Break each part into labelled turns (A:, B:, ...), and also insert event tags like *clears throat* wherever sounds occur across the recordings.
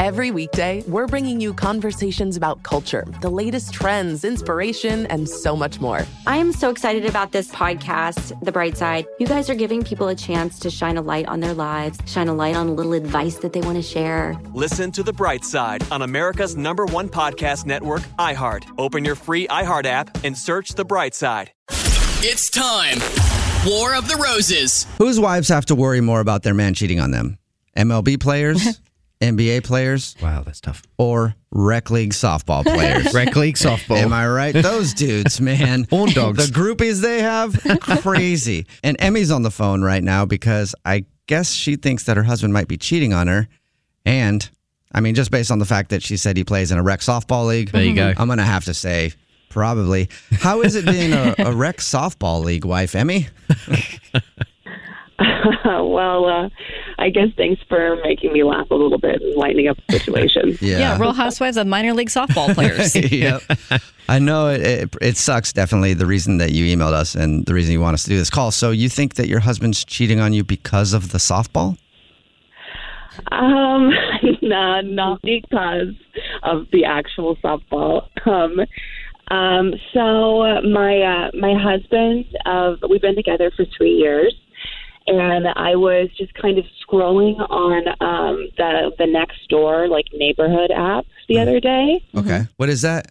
A: Every weekday, we're bringing you conversations about culture, the latest trends, inspiration, and so much more.
B: I am so excited about this podcast, The Bright Side. You guys are giving people a chance to shine a light on their lives, shine a light on a little advice that they want to share.
C: Listen to The Bright Side on America's number one podcast network, iHeart. Open your free iHeart app and search The Bright Side.
D: It's time. War of the
E: *laughs*
D: Roses.
F: Whose wives have to worry more about their man cheating on them? MLB players, NBA players,
E: Wow, that's tough.
F: or rec league
E: *laughs*
F: softball players?
E: Rec league softball.
F: Am I right? Those
E: *laughs*
F: dudes, man. *laughs*
E: Horn Oh. dogs.
F: The groupies they have, crazy. And Emmy's on the phone right now because I guess she thinks that her husband might be cheating on her. And I mean, just based on the fact that she said he plays in a rec softball league,
E: There you go.
F: I'm going to have to say probably. How is it being a, a rec softball league wife, Emmy?
G: *laughs* well, uh, I guess thanks for making me laugh a little bit and lightening up the situation.
H: Yeah, Real Housewives of Minor League Softball Players.
F: yep. I know it, it, it sucks, definitely, the reason that you emailed us and the reason you want us to do this call. So, you think that your husband's cheating on you because of the softball?
G: Um, *laughs* nah, not because of the actual softball. Um, um, so my uh, my husband, uh, we've been together for three years, and I was just kind of scrolling on um, the the next door like neighborhood app the other day.
F: Okay. What is that?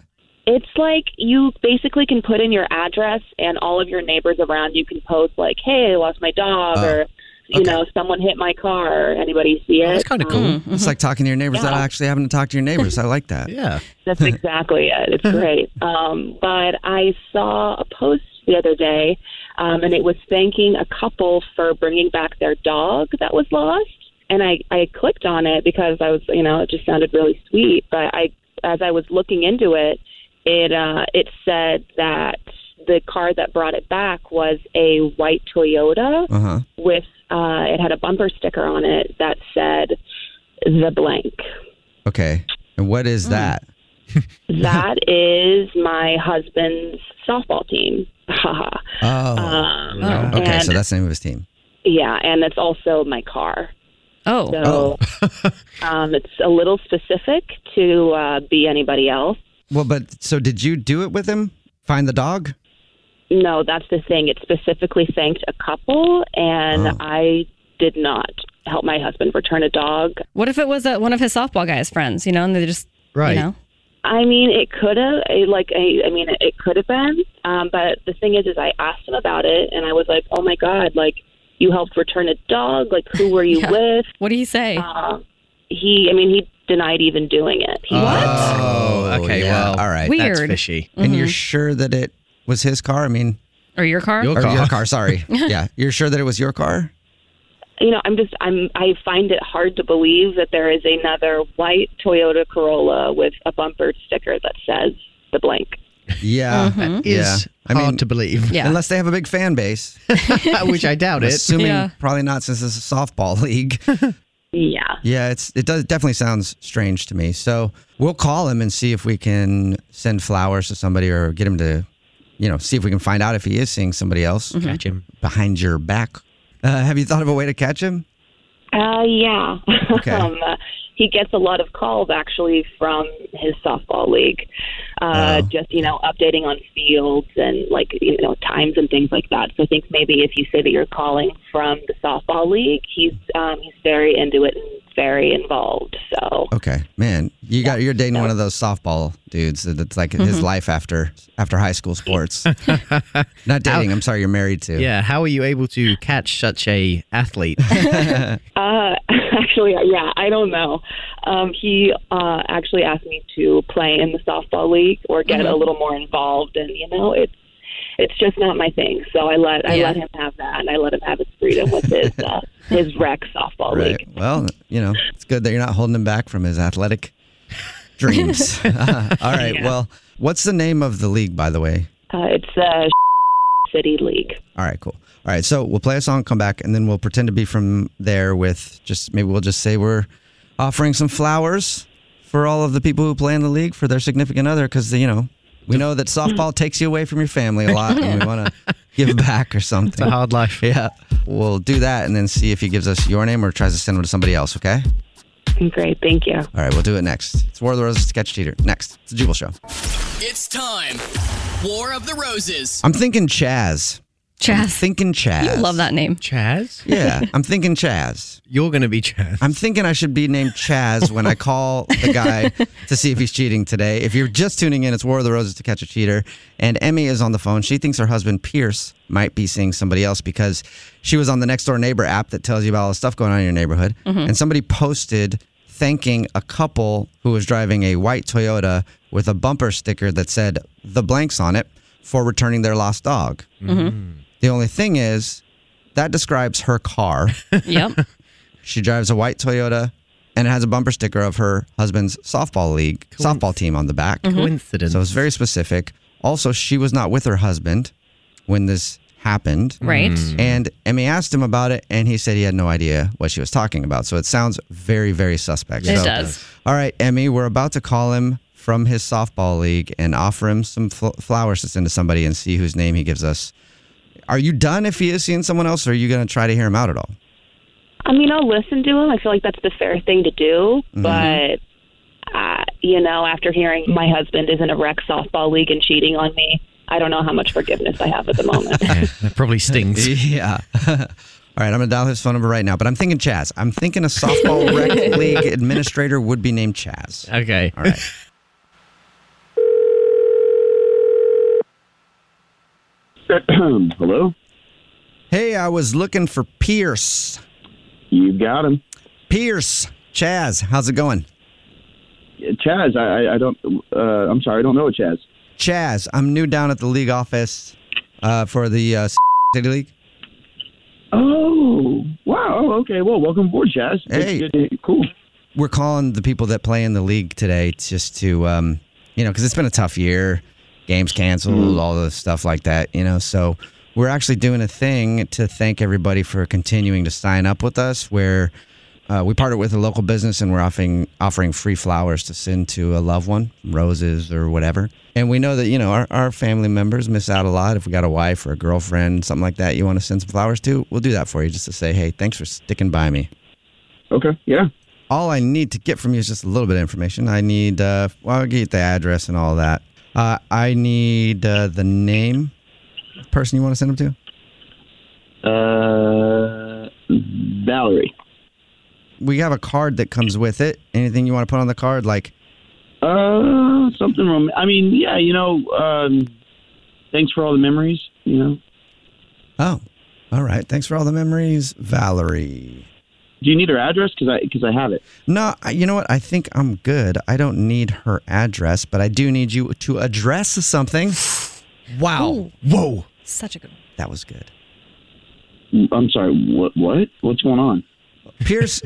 G: It's like you basically can put in your address, and all of your neighbors around you can post like, "Hey, I lost my dog,"
F: Oh,
G: or you
F: okay.
G: know, someone hit my car. Anybody see it?
E: That's kind of cool.
G: Mm-hmm.
F: It's like talking to your neighbors without actually having to talk to your neighbors. I like that.
E: Yeah.
G: That's exactly it.
F: *laughs*
G: It's great. Um, but I saw a post the other day, um, and it was thanking a
A: *laughs*
G: couple for bringing back their dog that was lost. And I, I clicked on it because I was, you know, it just sounded really sweet. But I, as I was looking into it, it uh, it said that the car that brought it back was a white Toyota
F: Uh huh.
G: with uh, it had a bumper sticker on it that said the blank.
F: Okay. And what is that?
G: Mm.
F: *laughs*
G: That is my husband's softball team. Haha.
F: *laughs* Oh.
G: Um,
E: Oh,
F: okay.
G: and-
F: So that's the name of his team.
G: yeah, and it's also my car.
H: Oh,
G: So *laughs* um, it's a little specific to uh, be anybody else.
F: Well, but so did you do it with him? Find the dog?
G: No, that's the thing. It specifically thanked a couple, and
F: Oh.
G: I did not help my husband return a dog.
H: what if it was uh one of his softball guys' friends? You know, and they just
E: Right.
H: You know,
G: I mean, it could have, like, I, I mean, it could have been. Um, but the thing is, is I asked him about it, and I was like, "Oh my god, like, you helped return a dog. Like, who were you
H: *laughs* Yeah.
G: with?
H: what do you say?
G: Uh, he, I mean, he denied even doing it.
E: Ah.
G: He
F: Oh,
E: okay.
F: yeah.
E: Well,
F: all right.
H: Weird.
E: That's
H: Mm-hmm.
E: fishy.
F: And you're sure that it was his car? I mean,
H: or your car? *laughs*
E: Your
F: or
E: car.
F: your car, sorry. yeah. You're sure that it was your car?
G: you know, I'm just, I'm, I find it hard to believe that there is another white Toyota Corolla with a bumper sticker that says the blank.
F: Yeah.
E: *laughs* That
F: Yeah.
E: is
F: I
E: hard
F: mean-
E: to believe.
H: Mm-hmm. Yeah.
F: Unless they have a big fan base.
E: Which I doubt it.
F: Assuming
H: Yeah.
F: probably not since it's a softball *laughs* league.
G: Yeah.
F: Yeah, it's it does it definitely sounds strange to me. So we'll call him and see if we can send flowers to somebody or get him to, you know, see if we can find out if he is seeing somebody else
G: Mm-hmm.
E: Catch him.
F: behind your back. Uh, have you thought of a way to catch him?
G: Uh, yeah. *laughs*
F: Okay.
G: um, he gets a lot of calls actually from his softball league, uh, just you know updating on fields and like you know times and things like that. So I think maybe if you say that you're calling from the softball league, he's um, he's very into it and very involved. So
F: Okay, man, you got you're dating one of those softball dudes that- that's like his
G: Mhm.
F: life after after high school sports.
E: *laughs*
F: Not dating. I'm sorry, you're married to.
E: Yeah, how are you able to catch such a athlete?
G: Uh, *laughs* actually, yeah, I don't know. Um, he uh, actually asked me to play in the softball league or get a
I: Mm-hmm.
J: Mhm.
G: little more involved, and you know, it's it's just not my thing. So I let I
F: Yeah.
G: let him have that, and I let him have his freedom with his
I: *laughs*
G: uh, his rec softball league.
F: Right. Well, you know, it's good that you're not holding him back from
G: *laughs*
F: his athletic dreams. *laughs* All right.
G: Yeah.
F: Well, what's the name of the league, by the way?
G: Uh, it's the *laughs* City League.
F: All right, cool. All right, so we'll play a song, come back, and then we'll pretend to be from there with just maybe we'll just say we're offering some flowers for all of the people who play in the league for their significant other because, you know, we know that softball takes you away from your family a lot and we want to give back or something. It's a hard life. Yeah. We'll do that and then see if he gives us your name or tries to send one to somebody else, okay?
G: Great. Thank you.
F: All right, we'll do it next. It's War of the Roses Sketch Cheater. Next. It's a Jubal Show.
D: It's time. War of the Roses.
F: I'm thinking Chaz. Chaz. I'm thinking Chaz.
H: You love that name.
E: Chaz?
F: Yeah, I'm thinking Chaz.
E: You're going to be Chaz.
F: I'm thinking I should be named Chaz when I call the guy to see if he's cheating today. If you're just tuning in, it's War of the Roses to catch a cheater. And Emmy is on the phone. She thinks her husband, Pierce, might be seeing somebody else because she was on the Next Door Neighbor app that tells you about all the stuff going on in your neighborhood.
K: Mhm.
F: And somebody posted thanking a couple who was driving a white Toyota with a bumper sticker that said the blanks on it for returning their lost dog.
K: Mhm.
F: The only thing is, that describes her car.
H: Yep.
F: She drives a white Toyota and it has a bumper sticker of her husband's softball league, softball team on the back.
E: Mhm. *laughs* Coincidence.
F: So it's very specific. Also, she was not with her husband when this happened.
H: Right. Mm.
F: And Emmy asked him about it and he said he had no idea what she was talking about. So it sounds very, very suspect.
H: It
F: So-
H: does.
F: All right, Emmy, we're about to call him from his softball league and offer him some fl- flowers to send to somebody and see whose name he gives us. Are you done if he is seeing someone else or are you going to try to hear him out at all?
G: I mean, I'll listen to him. I feel like that's the fair thing to do.
F: Mhm.
G: But, uh, you know, after hearing my husband is in a rec softball league and cheating on me, I don't know how much forgiveness I have at the moment.
E: That probably stings.
F: *laughs* yeah. All right, I'm gonna dial his phone number right now, but I'm thinking Chaz. I'm thinking a softball rec league administrator would be named Chaz.
E: Okay.
F: All right.
I: *clears throat* Hello?
F: Hey, I was looking for Pierce.
I: You got him.
F: Pierce. Chaz, how's it going?
I: Chaz, I, I- I don't, uh, I'm sorry, I don't know a Chaz.
F: Chaz, I'm new down at the league office uh, for the uh, *laughs* City League.
I: Oh, wow. Oh, Okay. Well, welcome aboard, Chaz.
F: Hey.
I: Good- good- cool.
F: We're calling the people that play in the league today just to, um, you know, because it's been a tough year. Games canceled,
I: Mm-hmm.
F: all the stuff like that, you know. So we're actually doing a thing to thank everybody for continuing to sign up with us where uh, we partnered with a local business and we're offering offering free flowers to send to a loved one, roses or whatever. And we know that, you know, our, our family members miss out a lot. If we got a wife or a girlfriend, something like that, you want to send some flowers to, we'll do that for you just to say, hey, thanks for sticking by me.
I: Okay. Yeah.
F: All I need to get from you is just a little bit of information. I need, uh, well, I'll get the address and all that. Uh, I need uh, the name, person you want to send them to.
I: Uh, Valerie.
F: We have a card that comes with it. Anything you want to put on the card, like
I: Uh, something wrong. I mean, yeah, you know, um, thanks for all the memories, you know.
F: Oh, all right. Thanks for all the memories, Valerie.
I: Do you need her address? Because I, cause I have it.
F: No, I- you know what? I think I'm good. I don't need her address, but I do need you to address something. Wow. Whoa.
H: Such a good one.
F: That was good.
I: I'm sorry. What? What? What's going on?
F: *laughs* Pierce,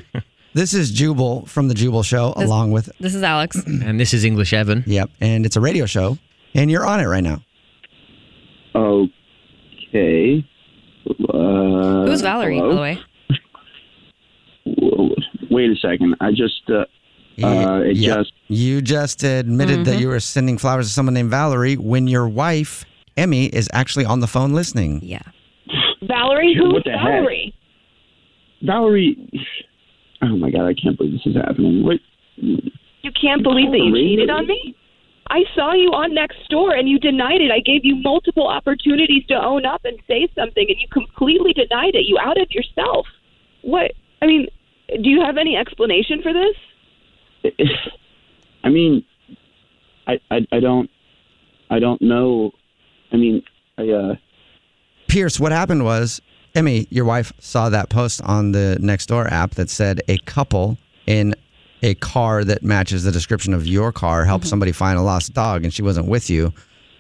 F: this is Jubal from the Jubal Show, along with.
H: This is Alex.
F: And this is English Evan. Yep. And it's a radio show, and you're on it right now.
I: Okay. Uh,
H: Who's Valerie, by
I: hello?
H: the way?
I: Whoa, Wait a second. I just, uh, uh, it
F: Yep.
I: just,
F: You just admitted that
H: Mm-hmm.
F: you were sending flowers to someone named Valerie when your wife, Emmy, is actually on the phone listening.
H: Yeah.
G: Valerie, who's
I: What the heck?
G: Valerie?
I: Valerie,
G: Oh my god, I can't believe this is happening. Wait,
B: You can't believe that you cheated on me? I saw you on next door and you denied it. I gave you multiple opportunities to own up and say something and you completely denied it. You outed yourself. What I mean, do you have any explanation for this?
G: I mean, I, I I don't I don't know. I mean, I uh
F: Pierce, what happened was, Emmy, your wife saw that post on the Nextdoor app that said a couple in a car that matches the description of your car helped
L: Mm-hmm.
F: somebody find a lost dog, and she wasn't with you.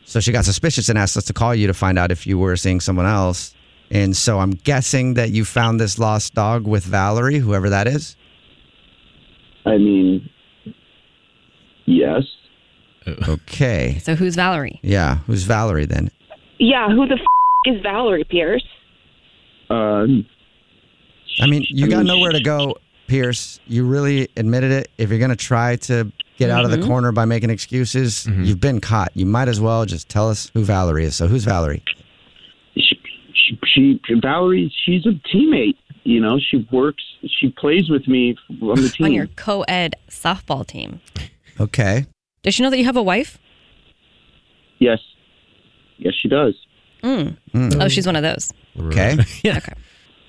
F: So she got suspicious and asked us to call you to find out if you were seeing someone else. And so I'm guessing that you found this lost dog with Valerie, whoever that is.
G: I mean,
L: *laughs*
G: yes.
F: Okay.
L: So who's Valerie?
F: Yeah. Who's Valerie then?
B: Yeah, who the f- is Valerie Pierce?
G: Um,
F: I mean, you got nowhere to go, Pierce. You really admitted it. If you're going to try to get out of the
B: Mhm.
F: corner by making excuses, you've been caught. You might as well just tell us who Valerie is. So, who's Valerie?
G: she, she Valerie, she's a teammate. You know, she works. She plays with me on the team.
L: On your co ed softball team.
F: Okay.
L: Does she know that you have a wife?
G: Yes. Yes, she does.
L: Mm. Oh, she's one of those.
E: *laughs*
F: Okay.
L: yeah. Okay.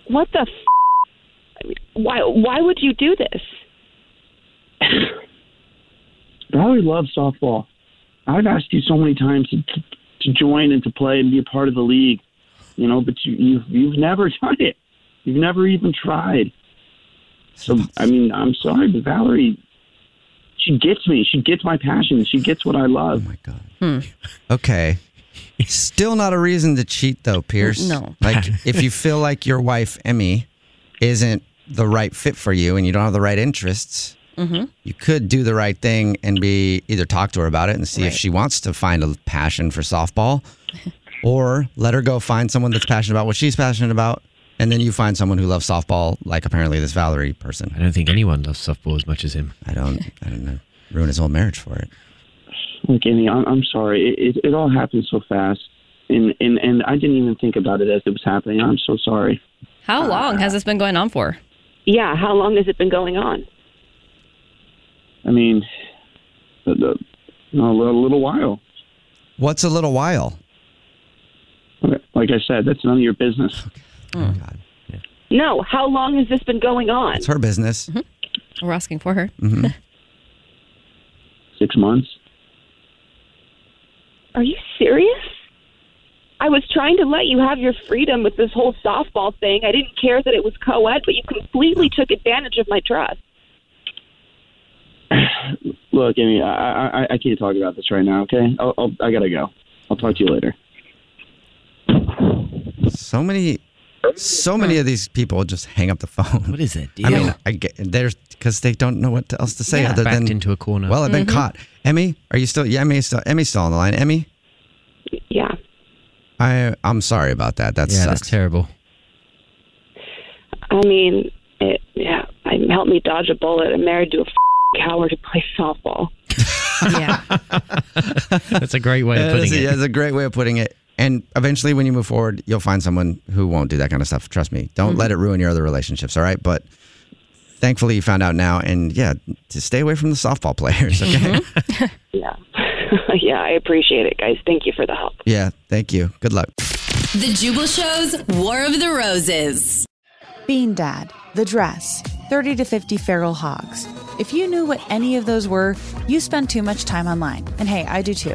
B: What the f- I mean, why why would you do this?
G: Valerie loves softball. I've asked you so many times to, to, to join and to play and be a part of the league, you know, but you, you've you've never *laughs* done it. You've never even tried. So I mean, I'm sorry, but Valerie, she gets me. She gets my passion. She gets what I love. Oh my god.
F: Okay. Still not a reason to cheat, though, Pierce.
G: No.
F: Like, if you feel like your wife, Emmy, isn't the right fit for you and you don't have the right interests,
L: Mm-hmm.
F: you could do the right thing and be either talk to her about it and see if
L: Right.
F: she wants to find a passion
L: *laughs*
F: for softball or let her go find someone that's passionate about what she's passionate about and then you find someone who loves softball like apparently this Valerie person. I don't think anyone loves softball as much as him. I don't I don't know. Ruin his whole marriage for it.
G: Look, Amy, I'm, I'm sorry. It, it, it all happened so fast, and, and and I didn't even think about it as it was happening. I'm so sorry.
L: How long has this been going on for?
B: Uh, Yeah, how long has it been going on?
G: I mean, the, the, a little, little while.
F: What's a little while?
G: Like I said, that's none of your business.
L: Oh,
B: No, how long has this been going on?
F: It's her business.
L: We're asking for her.
F: hmm
G: Six months.
B: Are you serious? I was trying to let you have your freedom with this whole softball thing. I didn't care that it was co ed, but you completely took advantage of my trust.
G: Look, Amy, I, I I can't talk about this right now. Okay, I'll, I'll I gotta go. I'll talk to you later.
F: So many, so many of these people just hang up the
H: Mm-hmm.
F: phone. *laughs* What is it? I
E: deal?
F: mean, I get there's because they don't know what else to say
E: Yeah.
F: other
E: Backed
F: than
E: into a corner.
F: Well, I've been
H: Mm-hmm.
E: Mhm.
F: Mm-hmm. caught. Emmy, are you still? Yeah, Emmy's still, Emmy's still on the line. Emmy,
B: Yeah.
F: I I'm sorry about that. That
E: Yeah,
F: sucks.
E: that's
F: terrible.
B: I mean, it, yeah, I helped me dodge a bullet. I'm married to a f- coward who plays softball.
E: That's a great way of
F: That is
E: putting
F: a-
E: it.
F: *laughs* yeah, that's a great way of putting it. And eventually, when you move forward, you'll find someone who won't do that kind of stuff. Trust me. Don't let it ruin your other relationships. All right, but thankfully you found out now. And yeah, to stay away from the softball *laughs* players. Okay.
B: Yeah. *laughs* yeah, I appreciate it, guys. Thank you for the help.
F: Yeah. Thank you. Good luck.
M: The Jubal Show's War of the Roses.
N: Bean Dad, The Dress, 30 to 50 Feral Hogs. If you knew what any of those were, you spend too much time online. And hey, I do too.